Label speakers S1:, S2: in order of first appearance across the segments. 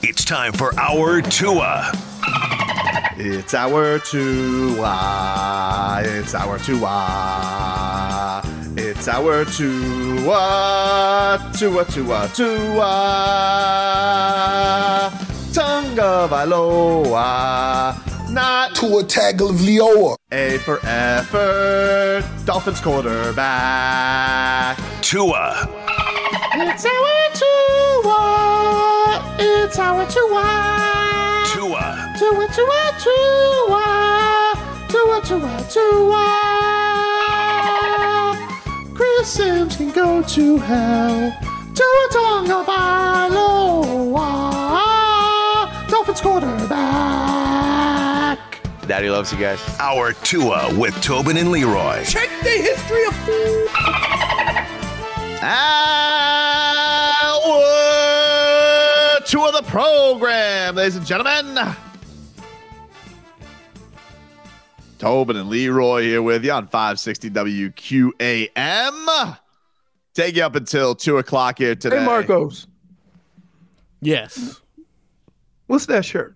S1: It's time for our Tua.
S2: It's our two why. It's our two why. It's our two ah, why. Tua tua tua. ah. Tongue of Iloa. Not
S3: Tua Tagovailoa.
S2: A for effort. Dolphins quarterback.
S1: Tua.
S2: It's our two why. It's our two why.
S1: Tua.
S2: Tua, tua, tua, tua, tua, tua. Chris Sims can go to hell. Tua Tonga Vailoa, Dolphins quarterback.
S4: Daddy loves you guys.
S1: Our Tua with Tobin and Leroy.
S2: Our two of the program, ladies and gentlemen. Tobin and Leroy here with you on 560 WQAM. Take you up until two o'clock here today.
S3: Hey, Marcos,
S5: Yes.
S3: what's that shirt?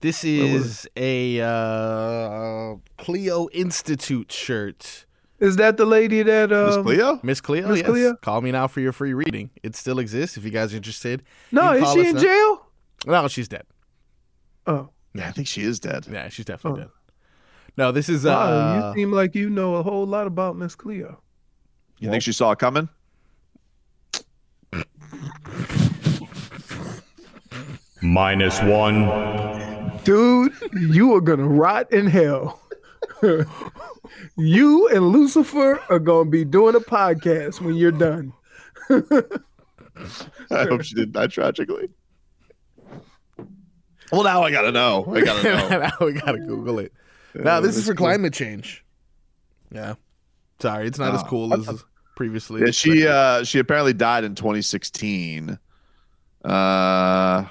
S5: This is a uh, Clio Institute shirt.
S3: Is that the lady that?
S2: Miss
S3: Uh,
S2: Cleo?
S5: Miss Clio,
S3: Miss
S5: yes.
S3: Cleo?
S5: Call me now for your free reading. It still exists if you guys are interested.
S3: no,
S5: You
S3: is
S5: call
S3: she
S5: us
S3: in
S5: now.
S3: jail?
S5: No, she's dead.
S3: Oh,
S2: Yeah, I think she is dead.
S5: Yeah, she's definitely dead. No, this is
S3: wow,
S5: uh,
S3: you seem like you know a whole lot about Miss Cleo.
S2: You think she saw it coming?
S6: Minus one.
S3: Dude, you are gonna rot in hell. you and Lucifer are gonna be doing a podcast when you're done.
S2: I hope she didn't die tragically. Well, now I gotta know. I gotta know.
S5: now we gotta Google it. No, Uh, this is for climate change. Yeah. Sorry, it's not as
S2: Ah,
S5: cool as previously.
S2: Yeah, she
S5: expected.
S2: uh she apparently died in 2016. Uh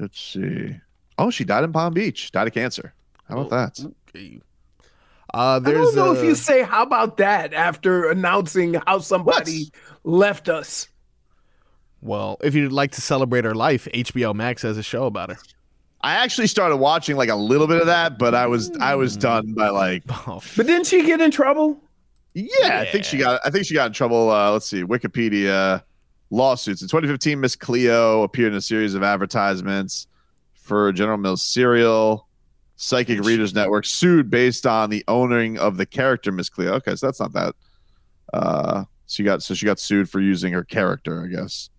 S2: let's see. Oh, she died in Palm Beach. Died of cancer. How about that?
S5: Uh,
S3: I don't
S5: there's
S3: know
S5: a-
S3: if you say how about that after announcing how somebody left us.
S5: Well, if you'd like to celebrate her life, HBO Max has a show about her.
S2: I actually started watching like a little bit of that, but I was I was done by like
S5: Oh,
S3: But didn't she get in trouble?
S2: yeah, I think she got I think she got in trouble. Uh, let's see, Wikipedia lawsuits in 2015. Miss Cleo appeared in a series of advertisements for General Mills cereal. Psychic Readers Network sued based on the owning of the character Miss Cleo. Okay, so that's not that. Uh, she got so she got sued for using her character, I guess.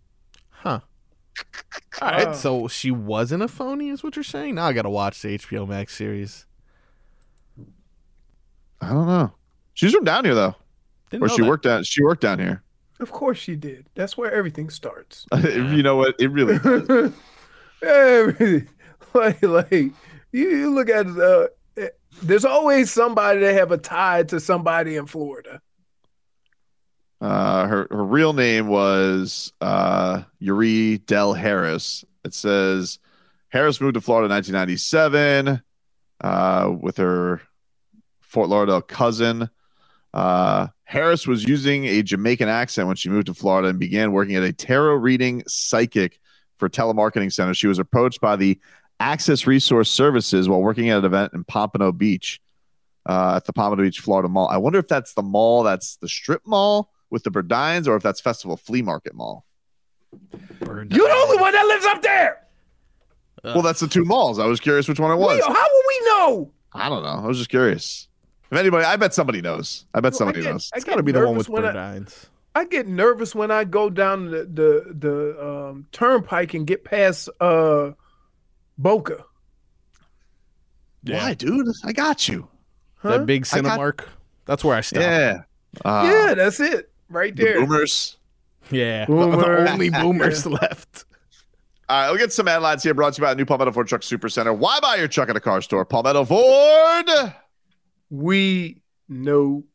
S5: All right, so she wasn't a phony, is what you're saying? Now I gotta watch the HBO Max series.
S2: I don't know. She's from down here though,
S5: Didn't
S2: or
S5: know
S2: she
S5: that.
S2: worked down. She worked down here.
S3: Of course she did. That's where everything starts.
S2: you know what? It really.
S3: Everything. like, like you, you look at uh, eh, there's always somebody that have a tie to somebody in Florida.
S2: Uh, her her real name was uh, Yuri Del Harris. It says Harris moved to Florida in 1997 uh, with her Fort Lauderdale cousin. Uh, Harris was using a Jamaican accent when she moved to Florida and began working at a tarot reading psychic for telemarketing center. She was approached by the Access Resource Services while working at an event in Pompano Beach uh, at the Palmetto Beach, Florida Mall. I wonder if that's the mall that's the strip mall with the Burdines or if that's Festival Flea Market Mall.
S5: Bird
S3: You're the only one that lives up there.
S2: well, that's the two malls. I was curious which one it was.
S3: Leo, how will we know?
S2: I don't know. I was just curious. If anybody, I bet somebody knows. I bet
S3: Well, I
S2: somebody
S3: get-
S2: knows.
S3: I
S5: It's gotta
S3: get
S5: be the one
S3: nervous
S5: with
S3: when I-
S5: Bird Irons.
S3: I get nervous when I go down the the, the um, turnpike and get past uh, Boca.
S2: Why, dude? I got you.
S3: Huh?
S5: That big
S2: I got-
S5: Cinemark. That's where I stopped.
S2: Yeah. Uh,
S3: yeah, that's it right
S2: The
S3: there.
S2: boomers.
S5: Yeah.
S3: Boomer.
S5: The only boomers left.
S2: All right, we'll get some headlines here brought to you by the new Palmetto Ford Truck Super Center. Why buy your truck at a car store? Palmetto Ford
S3: We know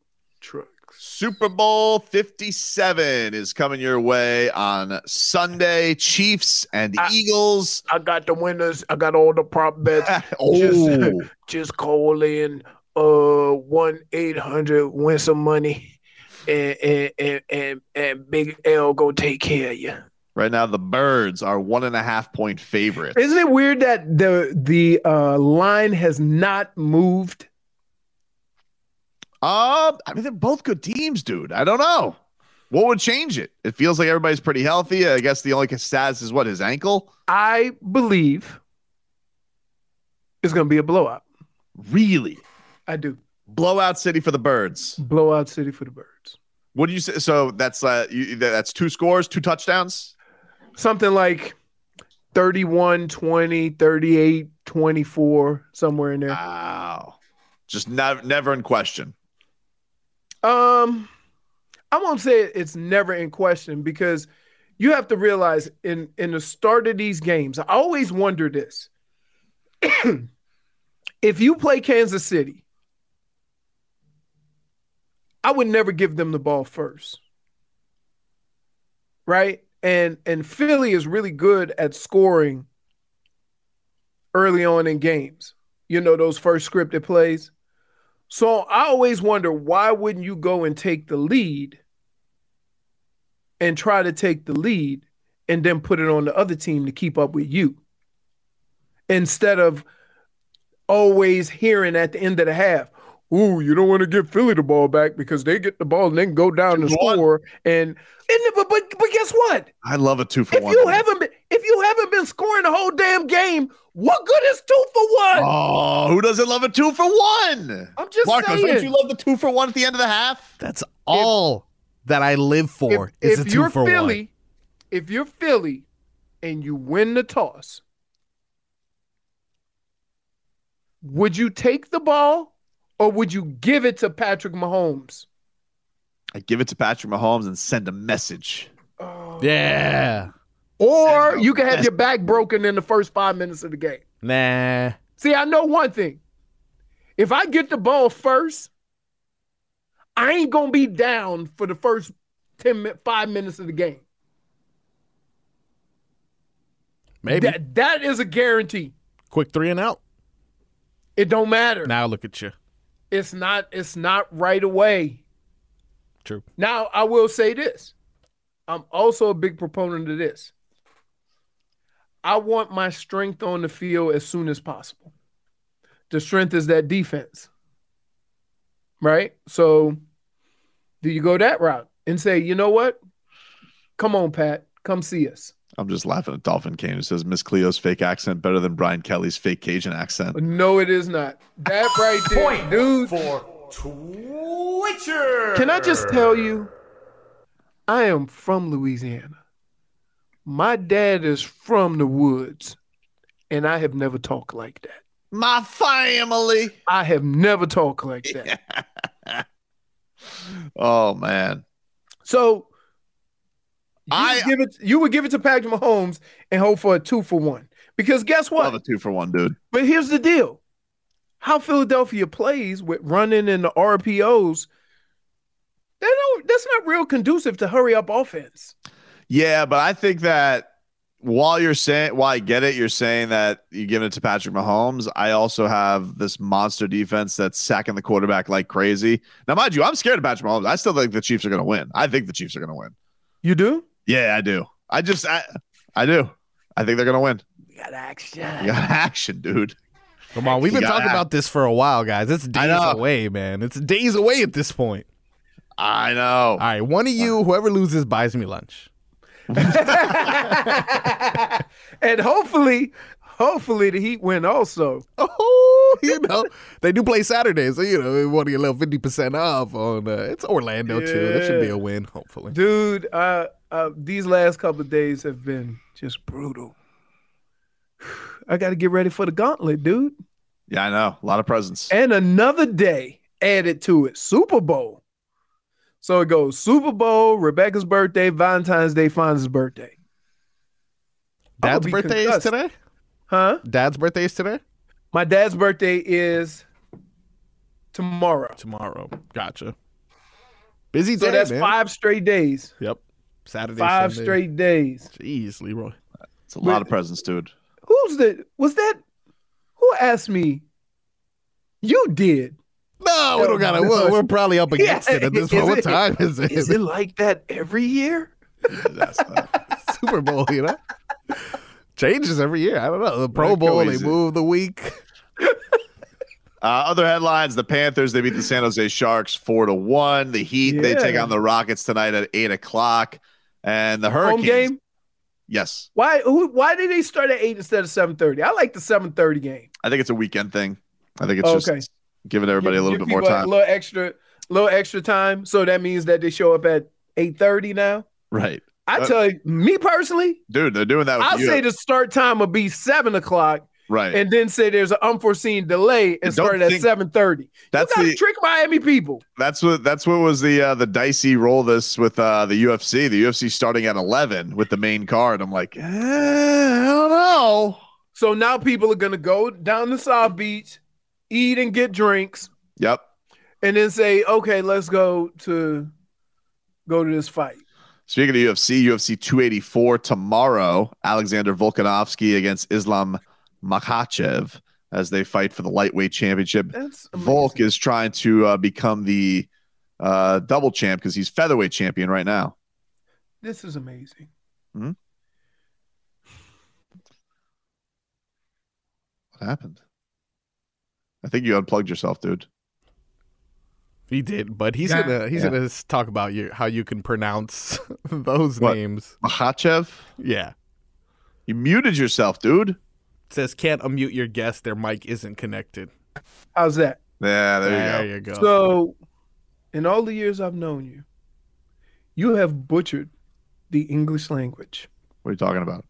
S3: trucks.
S2: Super Bowl 57 is coming your way on Sunday. Chiefs and
S3: I-
S2: Eagles.
S3: I got the winners. I got all the prop bets.
S2: oh,
S3: Just call in uh one eight hundred win some money, and and and and, and Big L go take care of you.
S2: right now, the birds are one and a half point favorites.
S3: Isn't it weird that the the uh, line has not moved?
S2: Um, I mean, they're both good teams, dude. I don't know what would change it. It feels like everybody's pretty healthy. I guess the only status is what his ankle.
S3: I believe it's going to be a blowout.
S2: Really,
S3: I do.
S2: blowout city for the birds.
S3: Blowout city for the birds.
S2: What do you say? So that's uh, you, that's two scores, two touchdowns.
S3: Something like 31 20, 38 24, somewhere in there.
S2: Wow, just nev- never in question.
S3: Um, I won't say it's never in question because you have to realize in in the start of these games, I always wonder this. if you play Kansas City, I would never give them the ball first. Right? And and Philly is really good at scoring early on in games. You know those first scripted plays. So I always wonder why wouldn't you go and take the lead and try to take the lead and then put it on the other team to keep up with you instead of always hearing at the end of the half, ooh, you don't want to give Philly the ball back because they get the ball and then go down and
S2: Two for one.
S3: score. And, and but, but but guess what?
S2: I love a two for
S3: If
S2: one.
S3: you haven't been if you haven't been scoring the whole damn game, what good is two for one?
S2: oh, who doesn't love a two for one?
S3: I'm just
S2: Marcos,
S3: saying.
S2: don't you love the two for one at the end of the half?
S5: That's all that I live for is a two
S3: you're
S5: for
S3: Philly,
S5: one.
S3: if you're Philly and you win the toss, would you take the ball or would you give it to Patrick Mahomes?
S2: I give it to Patrick Mahomes and send a message.
S5: Oh, Yeah.
S3: Or you can have your back broken in the first five minutes of the game.
S5: Nah.
S3: See, I know one thing. If I get the ball first, I ain't gonna be down for the first 10 min- five minutes of the game.
S5: Maybe.
S3: That that is a guarantee.
S5: Quick three and out.
S3: It don't matter.
S5: Now look at you.
S3: it's not it's not right away.
S5: True.
S3: Now I will say this. I'm also a big proponent of this. I want my strength on the field as soon as possible. The strength is that defense. Right? So do you go that route and say, you know what? Come on, Pat. Come see us.
S2: I'm just laughing at Dolphin Kane who says Miss Cleo's fake accent better than Brian Kelly's fake Cajun accent.
S3: No, it is not. That right there, dude.
S6: For Twitcher.
S3: Can I just tell you, I am from Louisiana. My dad is from the woods, and I have never talked like that.
S2: My family.
S3: I have never talked like that.
S2: Oh man.
S3: So you
S2: I-
S3: would give it you would give it to Patrick Mahomes and hope for a two for one. Because guess what?
S2: Love a two for one, dude.
S3: But here's the deal. How Philadelphia plays with running and the RPOs, they don't that's not real conducive to hurry up offense.
S2: Yeah, but I think that while you're saying while I get it, you're saying that you're giving it to Patrick Mahomes. I also have this monster defense that's sacking the quarterback like crazy. Now, mind you, I'm scared of Patrick Mahomes. I still think the Chiefs are gonna win. I think the Chiefs are gonna win.
S3: You do?
S2: Yeah, I do. I just I I do. I think they're gonna win.
S3: We got action.
S2: You got action, dude.
S5: Come on, we've
S2: You
S5: been
S2: gotta
S5: talking
S2: have-
S5: about this for a while, guys. It's days
S2: know.
S5: away, man. It's days away at this point.
S2: I know.
S5: All right, one of you, whoever loses, buys me lunch.
S3: and hopefully, hopefully the Heat win also.
S5: Oh, you know they do play Saturday, so you know one of your little fifty percent off on. Uh, it's Orlando too. That should be a win, hopefully.
S3: Dude, uh, uh, these last couple of days have been just brutal. I got to get ready for the gauntlet, dude.
S2: Yeah, I know. A lot of presents.
S3: And another day added to it Super Bowl. So it goes Super Bowl, Rebecca's birthday, Valentine's Day, Fonz's birthday. I'ma
S5: Dad's
S3: be
S5: birthday is
S3: concussed.
S5: today.
S3: Huh?
S5: Dad's birthday is today.
S3: My dad's birthday is tomorrow.
S5: Tomorrow. Gotcha. Busy
S3: So
S5: day,
S3: that's
S5: man.
S3: five straight days.
S5: Yep. Saturday.
S3: Five
S5: Sunday.
S3: straight days.
S5: Jeez, Leroy.
S2: It's a lot of presents, dude.
S3: Who's the was that who asked me? You did.
S5: No, we don't gotta. We're, we're probably up against it at this
S3: Yeah,
S5: point. What
S3: is it-
S5: time is it?
S3: Is it like that every year?
S2: That's not-
S5: Super Bowl, you know? Changes every year. I don't know. The Pro
S2: Like, go
S5: Bowl, they
S2: easy.
S5: move the week.
S2: uh, other headlines: The Panthers they beat the San Jose Sharks four to one. The Heat they take
S3: Yeah.
S2: on the Rockets tonight at eight o'clock, and the
S3: Home
S2: Hurricanes.
S3: game.
S2: Yes,
S3: Why who why did they start at eight instead of seven thirty? I like the seven thirty game.
S2: I think it's a weekend thing. I think it's
S3: Oh, Okay.
S2: just giving everybody a
S3: Give-
S2: little
S3: give
S2: bit more
S3: people
S2: time.
S3: A little extra little extra time. So that means that they show up at eight thirty now.
S2: Right,
S3: I
S2: Uh, Oh,
S3: tell you, me personally,
S2: dude. They're doing that. With
S3: I'll
S2: you.
S3: say the start time will be seven o'clock,
S2: right.
S3: and then say there's an unforeseen delay and
S2: Don't
S3: start at
S2: think-
S3: seven thirty.
S2: that's
S3: you gotta
S2: the
S3: trick Miami people.
S2: That's what that's what was the uh, the dicey roll this with uh, the UFC. The UFC starting at eleven with the main card. I'm like, eh, I don't know.
S3: So now people are gonna go down to South Beach, eat and get drinks,
S2: Yep,
S3: and then say, okay, let's go to go to this fight.
S2: Speaking of UFC, UFC 284 tomorrow, Alexander Volkanovski against Islam Makhachev as they fight for the lightweight championship.
S3: That's
S2: Volk is trying to uh, become the uh, double champ because he's featherweight champion right now.
S3: This is amazing.
S2: What happened? I think you unplugged yourself, dude.
S5: He did, but he's
S3: Yeah.
S5: gonna he's
S2: Yeah.
S5: gonna s- talk about your how you can pronounce those
S2: What?
S5: names.
S2: Makhachev,
S5: Yeah.
S2: you muted yourself, dude.
S5: It says can't unmute your guest, their mic isn't connected.
S3: How's that?
S2: Yeah, there, you go.
S5: you go.
S3: So, in all the years I've known you, you have butchered the English language
S2: What are you talking about?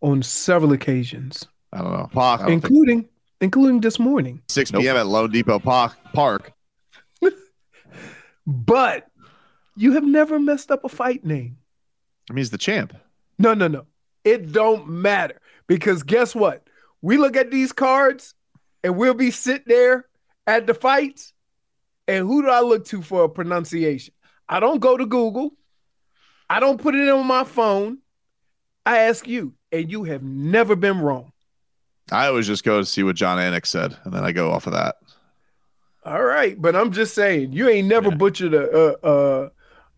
S3: on several occasions,
S2: I don't know. Park, I don't think-
S3: including including this morning.
S2: 6 p.m. at Lone Depot Park. Park.
S3: But you have never messed up a fight name.
S2: I mean, he's the champ.
S3: No, no, no. It don't matter because guess what? We look at these cards and we'll be sit there at the fights. And who do I look to for a pronunciation? I don't go to Google. I don't put it on my phone. I ask you, and you have never been wrong.
S2: I always just go to see what John Anik said, and then I go off of that.
S3: All right, but I'm just saying, you ain't never butchered a, uh, uh,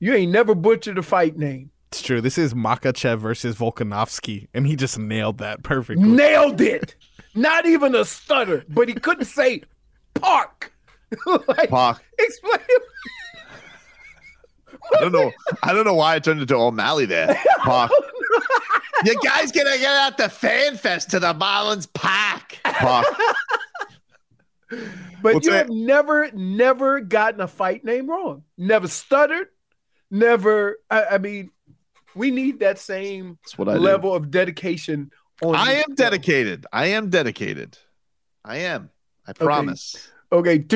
S3: you ain't never butchered a fight name.
S5: it's true. This is Makachev versus Volkanovski, and he just nailed that perfectly.
S3: nailed it. Not even a stutter, but he couldn't say park. like,
S2: Park.
S3: explain.
S2: I don't know. I don't know why I turned into O'Malley there.
S3: Oh,
S2: Park. you guys gonna get out the fan fest to the Marlins Park. Park.
S3: But
S2: What's
S3: you
S2: that?
S3: have never, never gotten a fight name wrong. Never stuttered. Never. I, I mean, we need that same
S2: That's what I
S3: level of dedication. On
S2: do. I
S3: this
S2: am
S3: show.
S2: dedicated. I am dedicated. I am. I promise.
S3: Okay.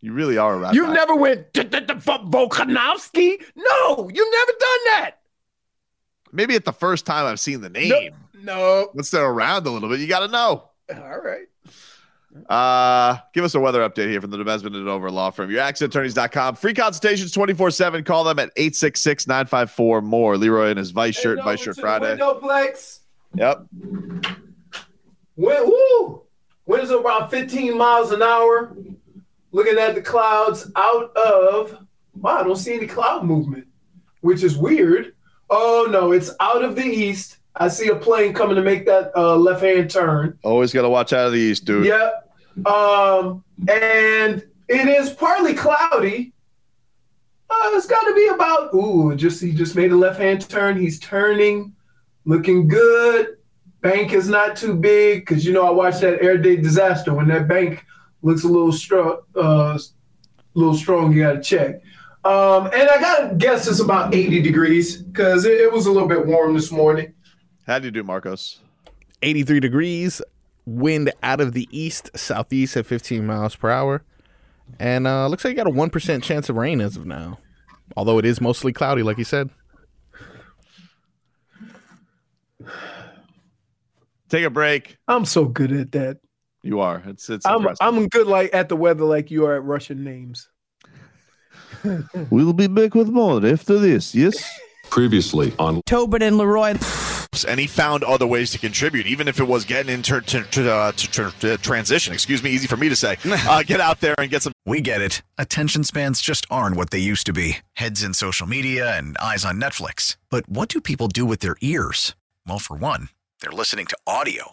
S2: You really are a rap.
S3: You never went Volkanovski. No, you've never done that.
S2: Maybe at the first time I've seen the name.
S3: No.
S2: Once they're around a little bit, you gotta know.
S3: All right.
S2: Uh, give us a weather update here from the Demesman and Over Law Firm. Your accidentattorneys.com. Free consultations 24 7. Call them at 866 954 more. Leroy in his Vice shirt, Vice shirt Friday.
S3: Windowplex.
S2: Yep.
S3: Wind, woo! Winds around 15 miles an hour. Looking at the clouds out of. Wow, I don't see any cloud movement, which is weird. Oh no, it's out of the east. I see a plane coming to make that uh, left-hand turn.
S2: Always got to watch out of the East, dude.
S3: Yep. Um, and it is partly cloudy. Uh, it's got to be about ooh, just he just made a left-hand turn. He's turning, looking good. Bank is not too big because you know I watched that Air Day disaster when that bank looks a little strong, uh, little strong. You got to check. Um, and I gotta guess it's about 80 degrees because it, it was a little bit warm this morning.
S2: How do you do, Marcos?
S5: 83 degrees, wind out of the east, southeast at 15 miles per hour. And uh, looks like you got a 1% chance of rain as of now. Although it is mostly cloudy, like you said.
S2: Take a break.
S3: I'm so good at that.
S2: You are. It's it's
S3: I'm
S2: impressive.
S3: I'm good like at the weather like you are at Russian names.
S2: We'll be back with more after this. Yes.
S4: Previously on
S7: Tobin and Leroy.
S8: and he found other ways to contribute, even if it was getting into to, to, uh, to, to, to transition. Excuse me, easy for me to say. Uh, get out there and get some.
S9: We get it. Attention spans just aren't what they used to be heads in social media and eyes on Netflix. But what do people do with their ears? Well, for one, they're listening to audio.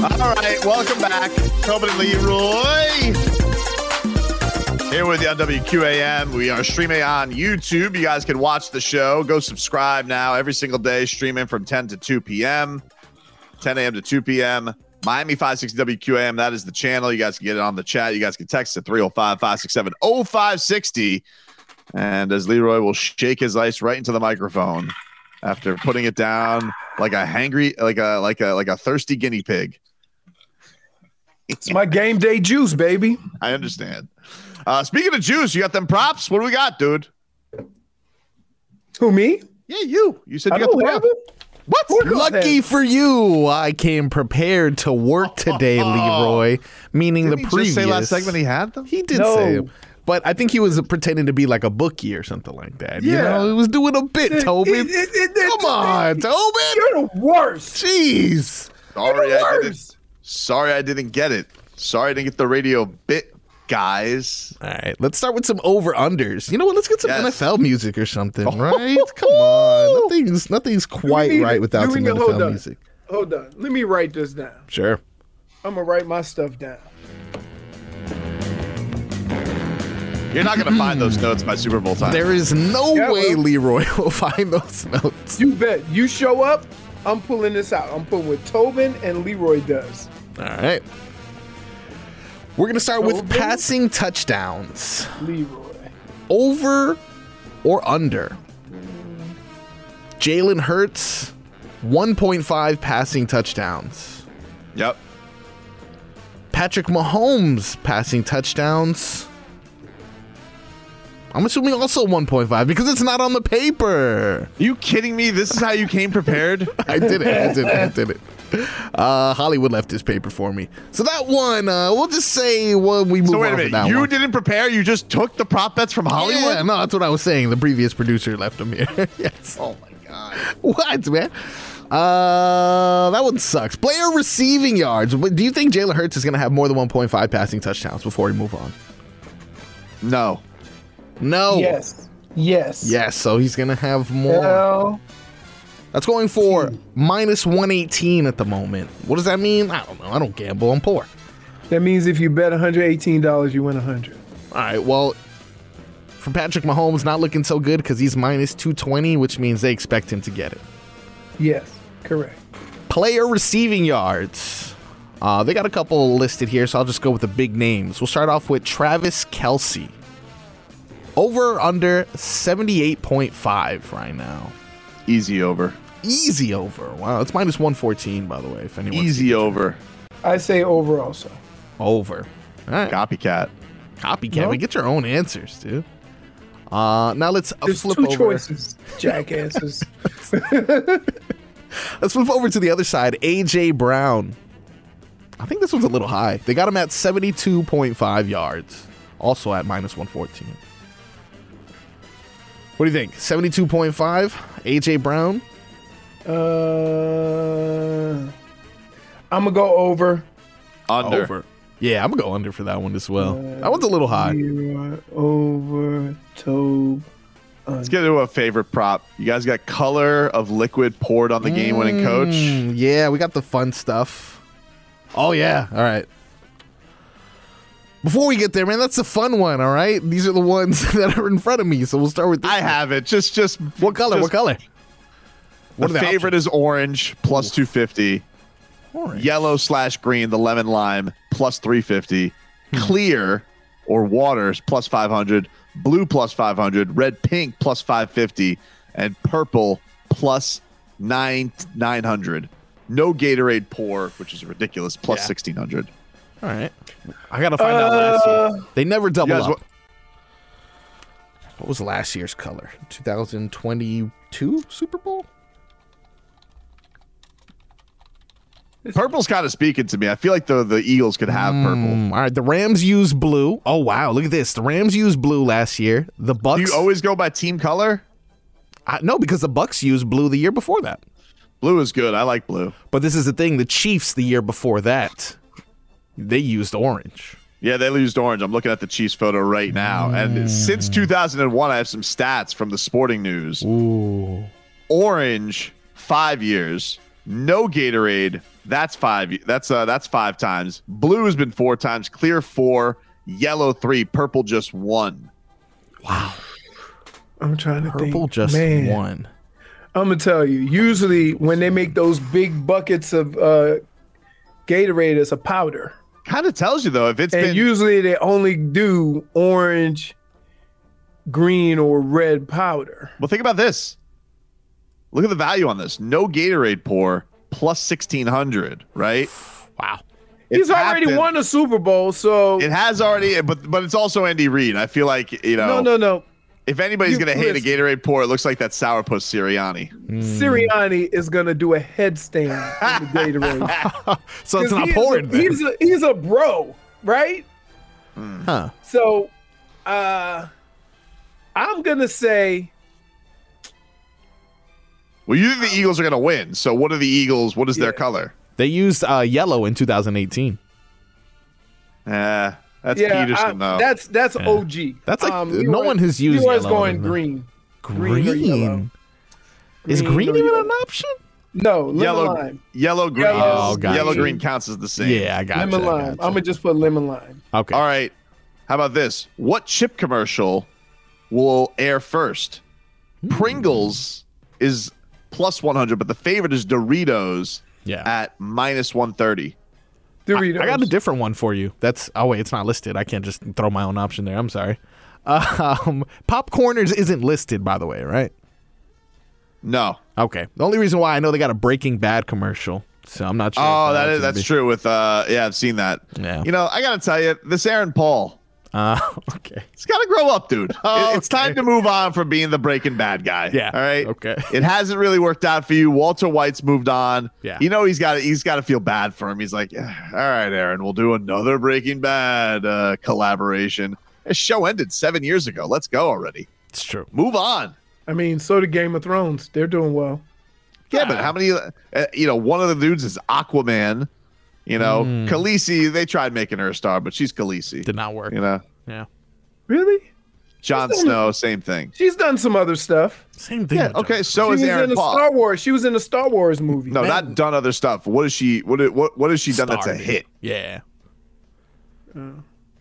S2: All right, welcome back. Tobin and Leroy. Here with you on WQAM. We are streaming on YouTube. You guys can watch the show. Go subscribe now every single day, streaming from 10 to 2 p.m., 10 a.m. to 2 p.m. Miami 560 WQAM, that is the channel. You guys can get it on the chat. You guys can text oh at 305 567 0560. oh. And as Leroy will shake his ice right into the microphone after putting it down like a hangry, like a like a like a thirsty guinea pig.
S3: It's my game day juice, baby.
S2: I understand. Uh, speaking of juice, you got them props. What do we got, dude?
S3: Who me?
S2: Yeah, you. You said
S3: I
S2: you got
S3: don't
S2: the
S3: have
S2: prop.
S3: it.
S2: What?
S3: Who does
S5: Lucky
S3: that?
S5: for you, I came prepared to work today, Leroy. Meaning the
S2: Didn't he
S5: previous.
S2: just say last segment he had them?
S5: He did
S3: No.
S5: say it. But I think he was pretending to be like a bookie or something like that. You
S3: Yeah.
S5: know, he was doing a bit,
S3: It-
S5: Tobin.
S3: it- it- it- it-
S5: Come on, Tobin.
S3: You're the worst.
S5: Jeez.
S2: Sorry,
S3: You're the
S2: I didn't.
S3: worst.
S2: Sorry, I didn't get it. Sorry, I didn't get the radio bit, guys.
S5: All right, let's start with some over unders. You know what? Let's get some
S2: Yes.
S5: NFL music or something, right? Come on, nothing's nothing's quite
S3: need
S5: right
S3: it.
S5: without
S3: You
S5: some
S3: need it. Hold
S5: NFL
S3: on.
S5: music.
S3: Hold on. Let me write this down.
S5: Sure.
S3: I'm gonna write my stuff down.
S2: You're not gonna find those notes by Super Bowl time.
S5: There is no
S3: Yeah,
S5: way
S3: well-
S5: Leroy will find those notes.
S3: You bet. You show up, I'm pulling this out. I'm putting what Tobin and Leroy does.
S5: All right. We're going to start with
S3: Over?
S5: passing touchdowns.
S3: Leroy.
S5: Over or under? Jalen Hurts, 1.5 passing touchdowns.
S2: Yep.
S5: Patrick Mahomes passing touchdowns. I'm assuming also 1.5 because it's not on the paper.
S2: you kidding me? This is how you came prepared?
S5: I did it. I did it. I did it. Uh, Hollywood left his paper for me. So that one, uh, we'll just say well, we move
S2: so wait
S5: on
S2: a
S5: from that
S2: minute. You
S5: one.
S2: didn't prepare. You just took the prop bets from Hollywood.
S5: Yeah, no, that's what I was saying. The previous producer left him here. yes. Oh my god. What, man? Uh, that one sucks. Player receiving yards. But Do you think Jalen Hurts is going to have more than 1.5 passing touchdowns before we move on?
S2: No.
S5: No.
S3: Yes. Yes.
S5: Yes. So he's going to have more.
S3: Well,
S5: That's going for minus 118 at the moment. What does that mean? I don't know. I don't gamble. I'm poor.
S3: that means if you bet $118, you win 100
S5: All right. Well, for Patrick Mahomes, not looking so good because he's minus 220, which means they expect him to get it.
S3: Yes. Correct.
S5: Player receiving yards. Uh, they got a couple listed here, so I'll just go with the big names. We'll start off with Travis Kelsey. Over or under 78.5 right now.
S2: Easy over.
S5: Easy over. Wow, it's minus 114, by the way, if anyone
S2: Easy over.
S3: I say over also.
S5: over. All right.
S2: Copycat.
S5: Copycat,
S3: No.
S5: man. Get your own answers, dude. Uh, now let's uh,
S3: There's
S5: flip
S3: two
S5: over.
S3: choices, jackasses.
S5: Let's flip over to the other side. AJ Brown. I think this one's a little high. They got him at 72.5 yards. also at minus 114. What do you think? 72.5, AJ Brown.
S3: Uh, I'm gonna go over.
S2: Under.
S5: Yeah, I'm going to go under for that one as well. that one's a little high.
S3: Leroy over Tobe.
S2: Let's get into a favorite prop. You guys got color of liquid poured on the game-winning coach.
S5: Mm, yeah, we got the fun stuff. Oh yeah. All right. Before we get there, man, that's the fun one. All right, these are the ones that are in front of me. So we'll start with. This
S2: I have it. Just, just
S5: What color?
S2: Just,
S5: what color?
S2: The
S5: are the
S2: favorite is orange, plus two fifty.
S5: Orange.
S2: Yellow slash green, the lemon lime, plus three fifty.
S5: Hmm.
S2: Clear or waters, plus five hundred. Blue, plus five hundred. Red, pink, plus five fifty, and purple, plus nine nine hundred. No Gatorade pour, which is ridiculous, plus sixteen hundred.
S5: All right. I gotta find out last year. They never double
S2: guys
S5: up.
S2: wa-
S5: what was last year's color? 2022 Super Bowl.
S2: Purple's kind of speaking to me. I feel like the the Eagles could have purple.
S5: Mm, all right. The Rams used blue. Oh wow, look at this. The Rams used blue last year. The
S2: Do
S5: Bucks.
S2: you always go by team color?
S5: I- no, because the Bucks used blue the year before that.
S2: Blue is good. I like blue.
S5: But this is the thing: the Chiefs the year before that, they used orange.
S2: Yeah, they used orange. I'm looking at the Chiefs photo right now. And since 2001, I have some stats from the sporting news.
S5: Ooh.
S2: Orange, five years. No Gatorade. That's five. That's uh, that's five times. Blue has been four times. Clear four. Yellow three. Purple just one.
S3: I'm trying to think.
S5: Purple just
S3: Man,
S5: won.
S3: I'm gonna tell you. Usually, when they make those big buckets of uh, Gatorade as a powder,
S2: Kind of tells you though if it's
S3: and
S2: been
S3: usually they only do orange, green, or red powder.
S2: Well, think about this. Look at the value on this. No Gatorade pour plus sixteen hundred. Right.
S5: Wow.
S3: He's already
S2: happened.
S3: won a Super Bowl, so
S2: It has already, but but it's also Andy Reid. I feel like you know.
S3: no, no, no.
S2: If anybody's
S3: You-
S2: gonna hate a
S3: listen.
S2: Gatorade pour, it looks like that sourpuss Sirianni.
S5: Mm.
S3: Sirianni is gonna do a headstand in the Gatorade.
S5: So it's not
S3: He is
S5: pouring.
S3: a-
S5: then.
S3: He's a, he's a bro, right?
S2: Hmm.
S5: Huh.
S3: So, uh, I'm gonna say
S2: Well, you think the Eagles are gonna win. So what are the Eagles? What is their
S3: Yeah.
S2: color?
S5: They used uh, yellow in 2018.
S2: Eh, that's
S3: yeah, I-
S2: Peterson though.
S3: that's that's OG.
S5: That's like- no one has used
S3: Leroy's
S5: yellow
S3: going
S5: in the-
S3: green.
S5: Green.
S3: or yellow.
S5: Is
S3: Green
S5: green
S3: or
S5: even
S3: yellow.
S5: an option?
S3: No, lemon
S2: yellow,
S3: lime.
S2: yellow, green.
S3: Yellow
S5: Oh, gotcha.
S2: Yellow, green counts as the same.
S5: Yeah, I got
S3: lemon lime. I'm gonna just put lemon lime.
S5: Okay.
S2: All right. How about this? What chip commercial will air first?
S5: Hmm.
S2: Pringles is plus one hundred, but the favorite is Doritos
S5: Yeah.
S2: at minus one thirty.
S3: Doritos.
S5: I got a different one for you. That's oh wait, it's not listed. I can't just throw my own option there. I'm sorry. Um, Popcorners isn't listed, by the way, right?
S2: No.
S5: Okay. The only reason why I know they got a Breaking Bad commercial, so I'm not sure. if
S2: Oh, that
S5: one's
S2: is
S5: gonna
S2: that's
S5: be-
S2: true. With uh, yeah, I've seen that.
S5: Yeah.
S2: You know, I gotta tell you, this Aaron Paul.
S5: Uh, okay.
S2: It's got to grow up, dude.
S5: Oh,
S2: It- It's
S5: okay.
S2: time to move on from being the Breaking Bad guy.
S5: Yeah,
S2: All right.
S5: okay.
S2: It hasn't really worked out for you. Walter White's moved on.
S5: Yeah.
S2: You know he's got to he's got to feel bad for him. He's like, "Ah, all right, Aaron, we'll do another Breaking Bad uh, collaboration. This show ended seven years ago. Let's go already.
S5: It's true.
S2: Move on.
S3: I mean, so did Game of Thrones. They're doing well.
S2: Yeah, but how many? Uh, you know, one of the dudes is Aquaman. You know,
S5: Hmm.
S2: Khaleesi. They tried making her a star, but she's Khaleesi.
S5: Did not work.
S2: you know,
S5: Yeah.
S3: Really?
S2: Jon Snow, same thing.
S3: She's done some other stuff.
S5: Same thing.
S2: Yeah.
S5: with
S2: Okay.
S5: Jones.
S2: So
S3: she
S2: is
S3: was
S2: Aaron
S3: in a
S2: Paul.
S3: Star Wars. She was in a Star Wars movie.
S2: No, not done other stuff. What is she? What i- what what has she done that's a
S5: Starving.
S2: hit?
S5: Yeah.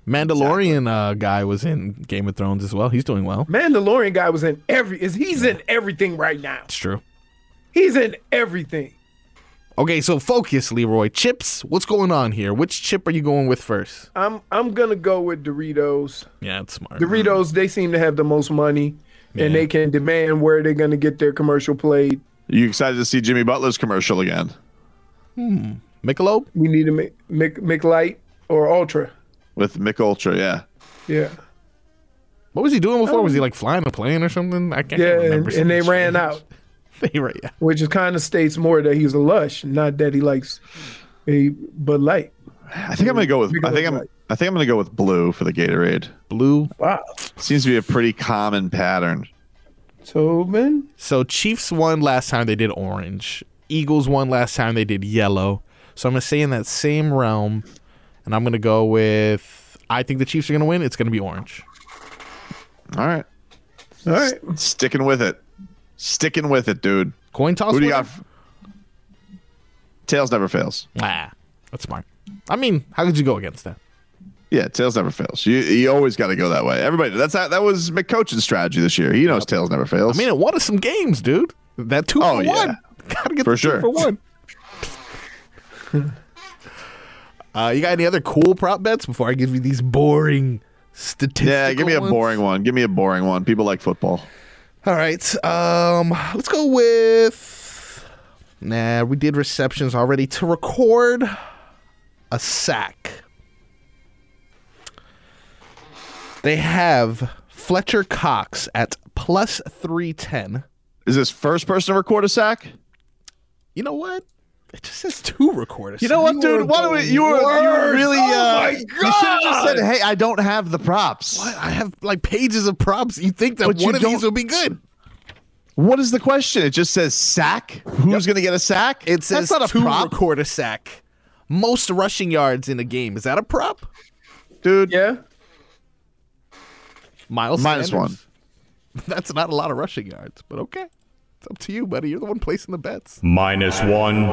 S5: Mandalorian uh, guy was in Game of Thrones as well. He's doing well.
S3: Mandalorian guy was in every. Is he's in everything right now?
S5: It's true.
S3: He's in everything.
S5: Okay, so focus, Leroy. Chips. What's going on here? Which chip are you going with first?
S3: I'm I'm gonna go with Doritos.
S5: Yeah, it's smart.
S3: Doritos. They seem to have the most money, and they can demand where they're gonna get their commercial played.
S2: Are you excited to see Jimmy Butler's commercial again?
S5: Michelob.
S3: We need to make make, make light or ultra.
S2: With Mick Ultra, yeah.
S3: Yeah,
S5: What was he doing before? Was he like flying a plane or something? I can't
S3: yeah. And,
S5: remember.
S3: and they ran out,
S5: They ran. Yeah.
S3: which is kind of states more that he's a lush, not that he likes a Bud Light.
S2: I think I'm gonna go with
S3: Michelob
S2: I think I'm
S3: Light.
S2: I think I'm going to go with blue for the Gatorade.
S5: Blue.
S3: Wow.
S2: Seems to be a pretty common pattern.
S3: Tobin?
S5: So Chiefs won last time they did orange. Eagles won last time they did yellow. So I'm gonna say in that same realm, and I'm gonna go with I think the Chiefs are gonna win. It's gonna be orange.
S2: All right.
S3: All right.
S2: Sticking with it. Sticking with it, dude.
S5: Coin toss.
S2: Who do you
S5: winner?
S2: got? Tails never fails.
S5: Ah, that's smart. I mean, how could you go against that?
S2: Yeah, tails never fails. You you always got to go that way. Everybody, that's how, that was McCoachin's strategy this year. He knows tails never fails.
S5: I mean, it won us some games, dude. That two
S2: Oh,
S5: for
S2: yeah.
S5: one. Gotta get
S2: For
S5: the two
S2: sure.
S5: for one. uh, you got any other cool prop bets before I give you these boring statistics?
S2: yeah, give me a boring one. Give me a boring one. People like football.
S5: All right. Um, let's go with. Nah, we did receptions already. To record a sack, they have Fletcher Cox at plus 310.
S2: Is this first person to record a sack?
S5: You know what? It just says to record a
S2: You know what, dude? Why do we, you were you were really? uh, You should have just said, "Hey, I don't have the props."
S5: sack. I have like pages of props. You think that
S2: But you
S5: one of
S2: don't-
S5: these will be good?
S2: What is the question? It just says sack. Who's gonna get a sack?
S5: It says
S2: that's not a
S5: to
S2: prop,
S5: record a sack. Most rushing yards in a game. Is that a prop?
S2: dude.
S3: Yeah.
S5: Miles
S2: Minus
S5: Sanders. That's not a lot of rushing yards, but okay. It's up to you, buddy. You're the one placing the bets.
S6: Minus one.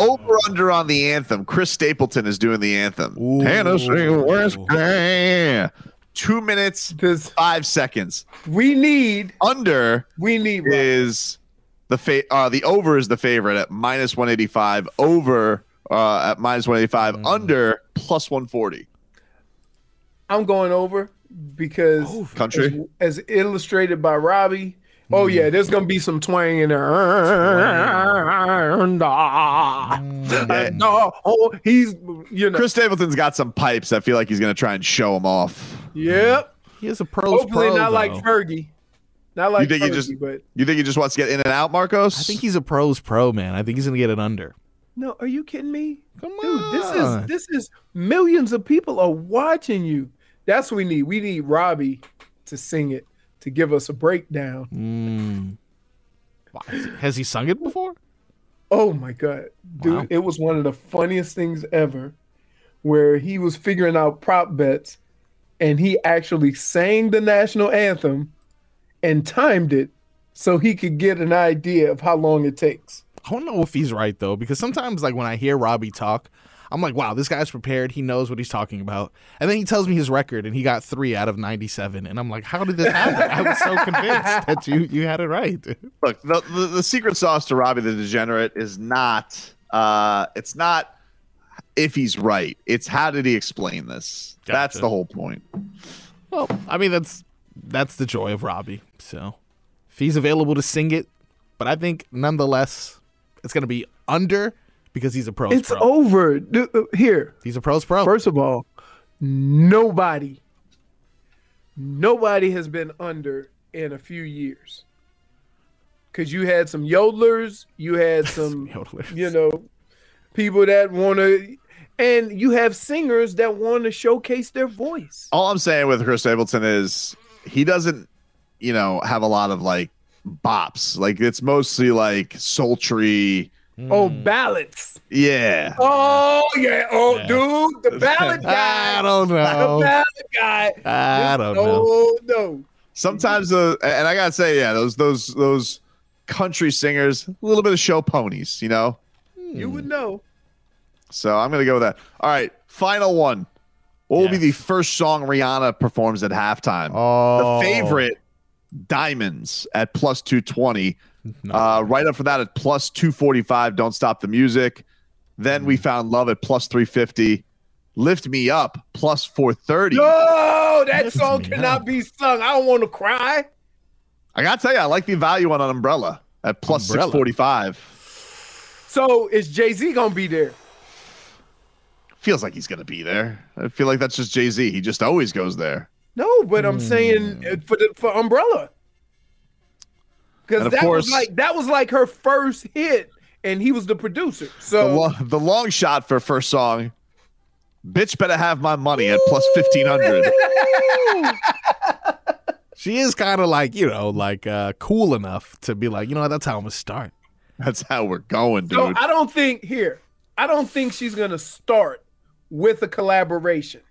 S2: Over under on the anthem. Chris Stapleton is doing the anthem. Tennessee Whiskey. Two minutes,
S3: Because
S2: five seconds.
S3: we need,
S2: Under
S3: we need.
S2: is the fa- uh, the over is the favorite at minus one eighty five. Over uh, at minus one eighty five.
S5: Mm.
S2: Under plus one forty.
S3: I'm going over because
S5: Oh,
S2: Country.
S3: as, as illustrated by Robbie. Oh yeah, there's gonna be some twang in there. No, oh, he's you know.
S2: Chris Stapleton's got some pipes. I feel like he's gonna try and show them off.
S3: Yep.
S5: He has a pros
S3: Hopefully
S5: pro.
S3: not
S5: though.
S3: like Fergie. Not like
S2: You think he
S3: Fergie,
S2: just-
S3: but
S2: You think he just wants to get in and out, Marcos?
S5: I think he's a pros pro, man. I think he's gonna get it under.
S3: no, are you kidding me?
S5: Come
S3: Dude, this
S5: on.
S3: is this is millions of people are watching you. That's what we need. We need Robbie to sing it to give us a breakdown.
S5: Mm. Wow, has he- Has he sung it before?
S3: Oh my god, dude!
S5: Wow.
S3: It was one of the funniest things ever, where he was figuring out prop bets, and he actually sang the national anthem, and timed it so he could get an idea of how long it takes.
S5: I don't know if he's right though, because sometimes like when I hear Robbie talk, I'm like, wow, this guy's prepared. He knows what he's talking about. And then he tells me his record, and he got three out of 97. And I'm like, how did this happen? I was so convinced that you you had it right. dude.
S2: look the, the, the secret sauce to robbie the degenerate is not uh it's not if he's right it's how did he explain this that's
S5: Gotcha.
S2: the whole point
S5: Well, I mean that's that's the joy of Robbie. So if he's available to sing it, but I think nonetheless it's gonna be under because he's a pros
S3: It's
S5: pro.
S3: over. Dude, uh, here,
S5: he's a pros pro.
S3: first of all, nobody, nobody has been under in a few years. Cause you had some yodelers, you had some
S5: Yodelers.
S3: you know, people that want to, and you have singers that want to showcase their voice.
S2: all i'm saying with chris stapleton is he doesn't you know have a lot of like bops like it's mostly like sultry
S3: Oh,
S5: Mm.
S3: balance.
S2: yeah
S3: Oh, yeah. Oh, dude, the ballad guy.
S5: I don't
S3: The
S5: know.
S3: ballad guy.
S5: I don't know.
S3: Oh, no.
S2: sometimes the and i gotta say yeah those those those country singers a little bit of show ponies you know
S3: You
S5: Hmm.
S3: would know.
S2: So I'm gonna go with that. All right, final one. What will be
S5: Yes.
S2: the first song Rihanna performs at halftime?
S5: Oh,
S2: The favorite, Diamonds, at plus two twenty. Uh, right up for that at plus two forty five. Don't stop the music. Then
S5: Mm.
S2: we found Love at plus three fifty. Lift me up plus four thirty.
S3: No, that song
S5: me
S3: cannot
S5: up.
S3: be sung. I don't want to cry.
S2: I gotta tell you, I like the value on an umbrella at plus six
S5: Umbrella.
S2: forty five.
S3: So is Jay Z gonna be there?
S2: Feels like he's gonna be there. I feel like that's just Jay Z. He just always goes there.
S3: No, but I'm
S2: Hmm.
S3: saying uh, for the, for Umbrella,
S2: And
S3: because
S2: of
S3: that
S2: course-
S3: was like that was like her first hit, and he was the producer.
S2: the,
S3: So
S2: lo- the long shot for first song Bitch better have my money at plus 1500.
S5: She is kind of like, you know, like uh, cool enough to be like, you know what, that's how I'm going to start.
S2: That's how we're going, dude.
S3: So I don't think here. I don't think she's gonna start with a collaboration.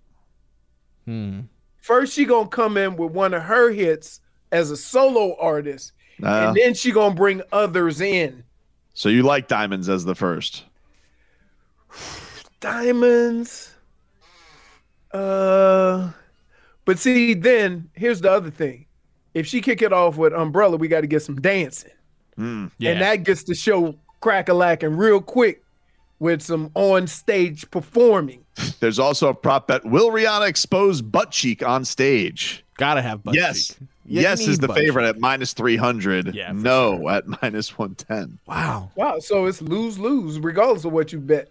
S2: Hmm.
S3: First, she gonna come in with one of her hits as a solo artist,
S2: Uh,
S3: and then she gonna bring others in.
S2: so you like diamonds as the first.
S3: Diamonds. Uh, but see, then here's the other thing. If she kick it off with Umbrella, we got to get some dancing,
S2: Hmm.
S5: Yeah.
S3: and that gets the show crack a lacking real quick with some on stage performing.
S2: There's also a prop bet. Will Rihanna expose butt cheek on stage?
S5: Gotta have butt
S2: yes.
S5: cheek. You
S2: Yes is
S5: need
S2: the
S5: butt
S2: favorite
S5: cheek.
S2: at minus 300.
S5: Yeah, for
S2: no at minus 110.
S5: Wow.
S3: Wow, so it's lose lose regardless of what you bet.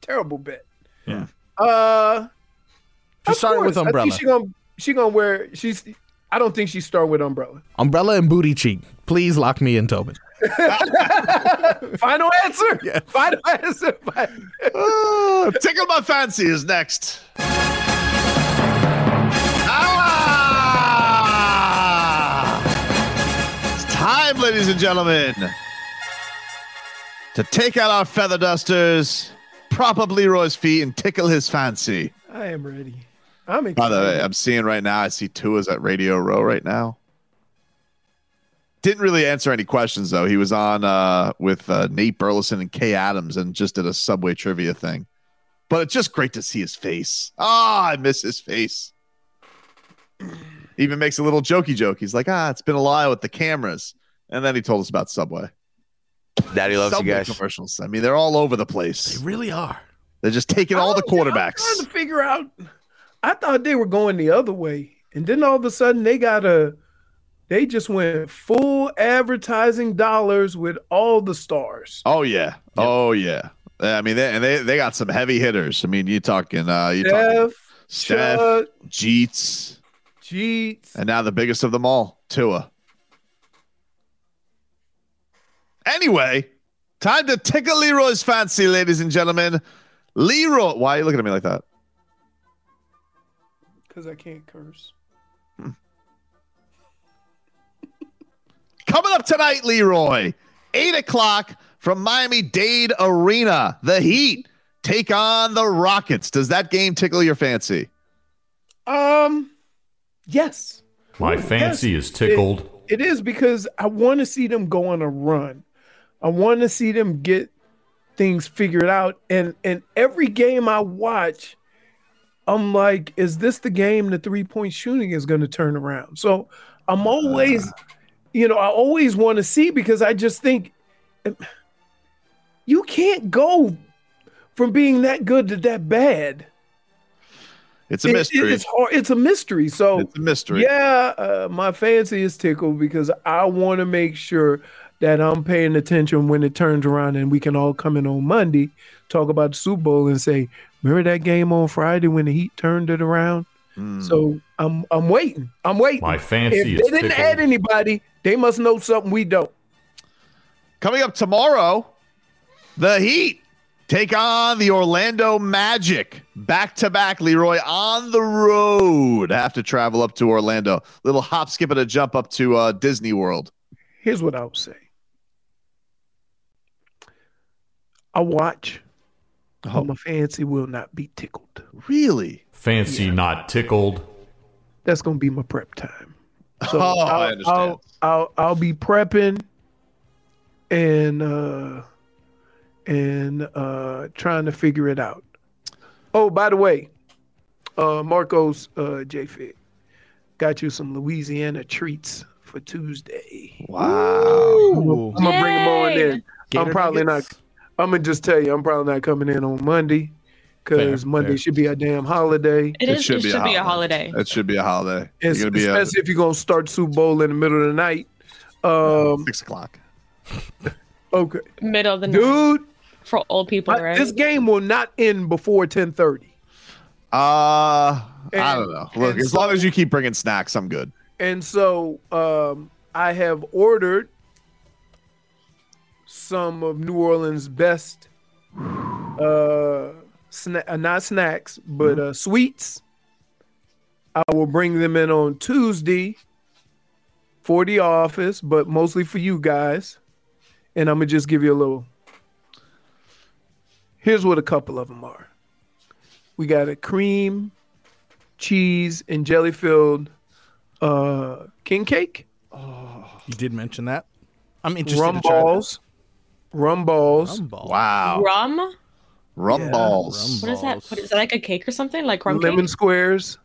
S3: Terrible bet.
S5: Yeah.
S3: Uh, of
S5: Just starting with
S3: course. I
S5: umbrella.
S3: think she gonna she gonna wear she's. I don't think she start with umbrella.
S5: Umbrella and booty cheek. Please lock me in, Tobin.
S3: Final answer. Final answer. Final-
S2: Ah, tickle my fancy is next. Ah! It's time, ladies and gentlemen, to take out our feather dusters, prop up Leroy's feet, and tickle his fancy.
S3: I am ready. I'm
S2: By
S3: excited.
S2: the way, I'm seeing right now, I see Tua's at Radio Row right now. Didn't really answer any questions, though. He was on uh, with uh, Nate Burleson and Kay Adams and just did a Subway trivia thing. But it's just great to see his face. Ah, I miss his face. Even makes a little jokey joke. He's like, ah, it's been a lie with the cameras. And then he told us about Subway.
S4: Daddy loves
S2: Subway
S4: you guys.
S2: commercials. I mean, they're all over the place.
S5: They really are. Oh,
S2: They're just taking all the
S3: I don't- I'm
S2: quarterbacks.
S3: trying to figure out. I thought they were going the other way, and then all of a sudden they got a. They just went full advertising dollars with all the stars.
S2: Oh yeah. Oh yeah. I mean, they, and they they got some heavy hitters. I mean, you talking uh, you talking
S3: Jeff,
S2: Steph,
S3: Chuck,
S2: Jeets,
S3: Jeets.
S2: and now the biggest of them all, Tua. Anyway, time to tickle Leroy's fancy, ladies and gentlemen. Leroy, why are you looking at me like that?
S3: Because I can't curse.
S2: Coming up tonight, Leroy, eight o'clock from Miami Dade Arena. The Heat take on the Rockets. Does that game tickle your fancy?
S3: Um, yes,
S6: My fancy is tickled.
S3: it is because I want to see them go on a run. I want to see them get things figured out. And and every game I watch, I'm like, is this the game the three point shooting is going to turn around? So I'm
S2: Ah.
S3: always, you know, I always want to see because I just think you can't go from being that good to that bad.
S2: It's a
S3: It- it-
S2: mystery.
S3: it's hard. It's a mystery. So
S2: it's a mystery.
S3: yeah, uh, my fancy is tickled because I want to make sure that I'm paying attention when it turns around and we can all come in on Monday, talk about the Super Bowl and say, remember that game on Friday when the Heat turned it around? So I'm I'm waiting. I'm waiting.
S6: My
S3: if
S6: fancy
S3: they
S6: is
S3: didn't
S6: tickled.
S3: add anybody, they must know something we don't.
S2: Coming up tomorrow, the Heat take on the Orlando Magic back to back, Leroy, on the road. Have to travel up to Orlando. Little hop, skip, and a jump up to uh, Disney World.
S3: Here's what I would say. I watch. but My fancy will not be tickled.
S2: Really?
S6: Fancy not tickled.
S3: that's gonna be my prep time. So
S2: Oh, I
S3: I'll,
S2: understand.
S3: I'll, I'll I'll be prepping and uh and uh trying to figure it out. Oh, by the way, uh Marcos uh J Fit got you some Louisiana treats for Tuesday.
S2: Wow.
S5: Ooh.
S3: I'm gonna bring them on in.
S5: Gator
S3: I'm probably
S5: nuggets?
S3: not I'm gonna just tell you I'm probably not coming in on Monday because
S5: Fair,
S3: Monday
S5: fair.
S3: should be a damn holiday.
S7: It is. It should be a holiday.
S2: It should be a holiday. It's
S3: Es-
S2: going to be a,
S3: especially if you're gonna start Super Bowl in the middle of the night. Um,
S2: six o'clock.
S3: okay,
S7: Middle of the night
S3: dude,
S7: for old people,
S3: I-
S7: right?
S3: this game will not end before ten thirty.
S2: Uh, I
S3: And-
S2: don't know. Look,
S3: and
S2: as long as you keep bringing snacks, I'm good.
S3: And so um, I have ordered some of New Orleans' best uh, sna- uh, not snacks, but uh, sweets. I will bring them in on Tuesday for the office, but mostly for you guys. And I'm gonna just give you a little. Here's what a couple of them are. We got a cream, cheese, and jelly filled uh, king cake.
S5: You did mention that. I'm interested.
S3: Rum
S5: to try that.
S3: balls, rum balls,
S5: Rum balls.
S2: Wow.
S7: Rum?
S2: Rum
S3: Yeah.
S2: balls.
S7: What is that? What, is that like a cake or something? Like rum
S3: lemon
S7: cake?
S3: squares.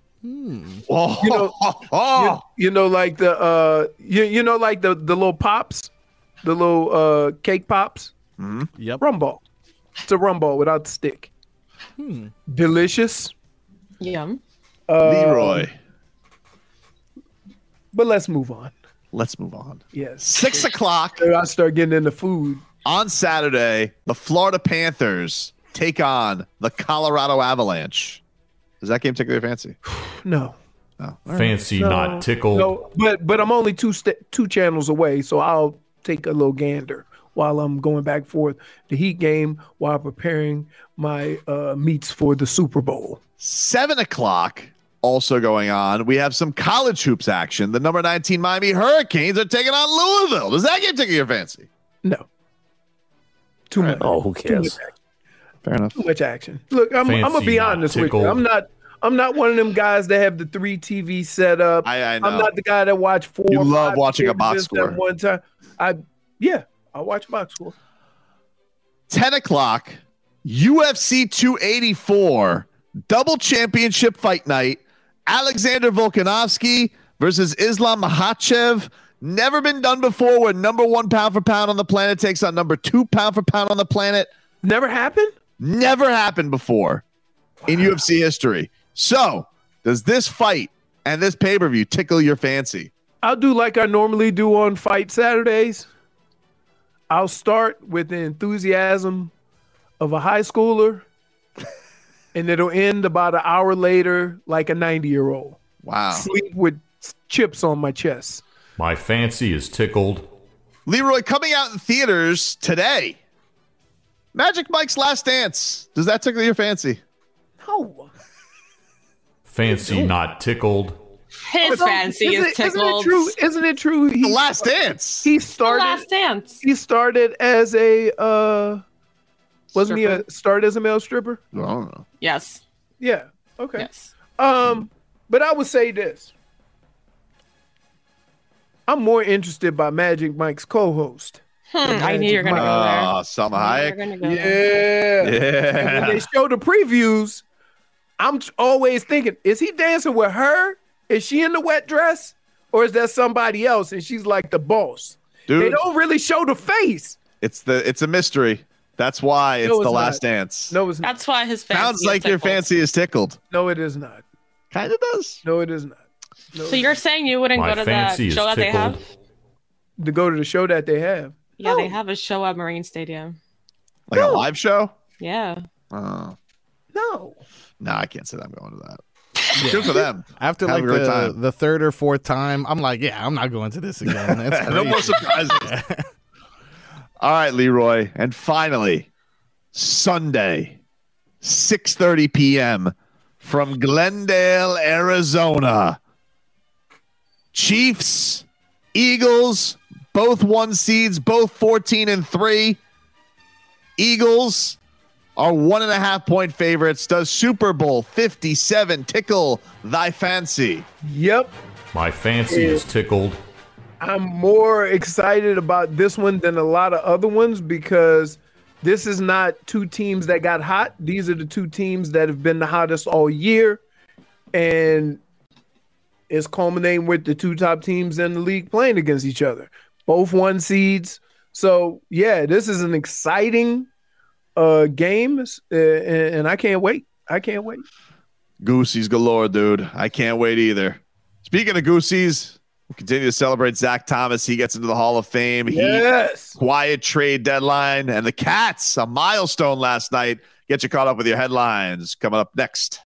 S2: Oh,
S3: You know- you, you know like the uh you, you know like the the little pops the little uh cake pops
S5: Yep.
S3: rum ball it's a rum ball without the stick delicious
S7: Yum.
S3: Oh,
S2: Leroy.
S3: but let's move on
S2: Let's move on.
S3: yes
S2: Six o'clock
S3: i start getting into food
S2: on Saturday, the Florida Panthers take on the Colorado Avalanche. Does that game tickle your fancy?
S3: no
S6: Fancy not tickled.
S3: no but but i'm only two st- two channels away so i'll take a little gander while i'm going back forth the heat game while preparing my uh meats for the super bowl
S2: Seven o'clock also going on. We have some college hoops action. The number 19 Miami Hurricanes are taking on Louisville. Does that game tickle your fancy?
S3: no too much
S10: Oh, who cares?
S2: Fair enough.
S3: too much action. Look, I'm, I'm gonna
S6: Fancy
S3: be
S6: not
S3: honest with you.
S6: tickled.
S3: I'm not. I'm not one of them guys that have the three TV set up.
S2: I- I know.
S3: am not the guy that watch four.
S2: You love
S3: five
S2: watching a
S3: games
S2: box
S3: at
S2: score.
S3: one time. I yeah, I watch box score.
S2: 10 o'clock, UFC 284, double championship fight night. Alexander Volkanovski versus Islam Mahachev. Never been done before where number one pound for pound on the planet takes on number two pound for pound on the planet.
S3: Never happened.
S2: Never happened before in UFC history. So, does this fight and this pay per view tickle your fancy?
S3: I'll do like I normally do on fight Saturdays. I'll start with the enthusiasm of a high schooler, and it'll end about an hour later, like a 90 year old.
S2: Wow.
S3: Sleep with chips on my chest.
S6: My fancy is tickled.
S2: Leroy coming out in theaters today. Magic Mike's Last Dance. Does that tickle your fancy?
S3: No.
S6: Fancy not tickled.
S7: His fancy
S3: Isn't
S7: is
S3: it-
S7: tickled.
S3: Isn't it true? Isn't it true? He,
S2: The Last Dance.
S3: he
S7: The
S3: started.
S7: last dance.
S3: He started as a uh, wasn't he
S7: Stripper.
S3: a started as a male stripper?
S2: I don't know.
S7: Yes.
S3: Yeah. Okay.
S7: Yes.
S3: Um, but I would say this. I'm more interested by Magic Mike's co-host.
S7: Hmm, I knew you were gonna go there.
S2: Ah, Salma
S7: I knew you
S2: Hayek.
S7: were gonna go there.
S3: uh, Yeah. When
S2: Yeah.
S3: they show the previews, I'm t- always thinking, is he dancing with her? Is she in the wet dress? Or is that somebody else? And she's like the boss. They
S2: Dude,
S3: don't really show the face.
S2: it's the it's a mystery. That's why it's
S3: No,
S2: the
S3: it's
S2: last
S3: not.
S2: dance.
S3: No, it's not.
S7: That's why his fancy
S2: Sounds
S7: is
S2: like your
S7: tickled.
S2: fancy is tickled.
S3: No, it is not.
S2: Kind of does.
S3: No, it is not. No,
S7: So you're saying you wouldn't
S6: My
S7: go to that
S6: fancy is
S7: show that they have?
S6: tickled.
S3: to go to the show that they have.
S7: Yeah, they have a show at Marine Stadium.
S2: Like a live show?
S7: Yeah.
S2: Oh.
S3: No.
S2: No, I can't say that I'm going to that. Good for them.
S5: After
S2: Have
S5: like
S2: a great
S5: the,
S2: time.
S5: the third or fourth time, I'm like, yeah, I'm not going to this again. That's
S2: no
S5: crazy.
S2: more surprises. All right, Leroy, and finally, Sunday, six thirty p.m. from Glendale, Arizona. Chiefs, Eagles, both one seeds, both fourteen and three. Eagles are one and a half point favorites. Does Super Bowl Fifty Seven tickle thy fancy?
S3: Yep.
S6: My fancy is tickled.
S3: I'm more excited about this one than a lot of other ones because this is not two teams that got hot. These are the two teams that have been the hottest all year. And it's culminating with the two top teams in the league playing against each other. Both one seeds. So, yeah, this is an exciting uh, game. Uh, and and I can't wait. I can't wait.
S2: Goosey's galore, dude. I can't wait either. Speaking of Goosey's, we'll continue to celebrate Zach Thomas. He gets into the Hall of Fame. He
S3: Yes.
S2: quiet trade deadline. And the Cats, a milestone last night. Get you caught up with your headlines coming up next.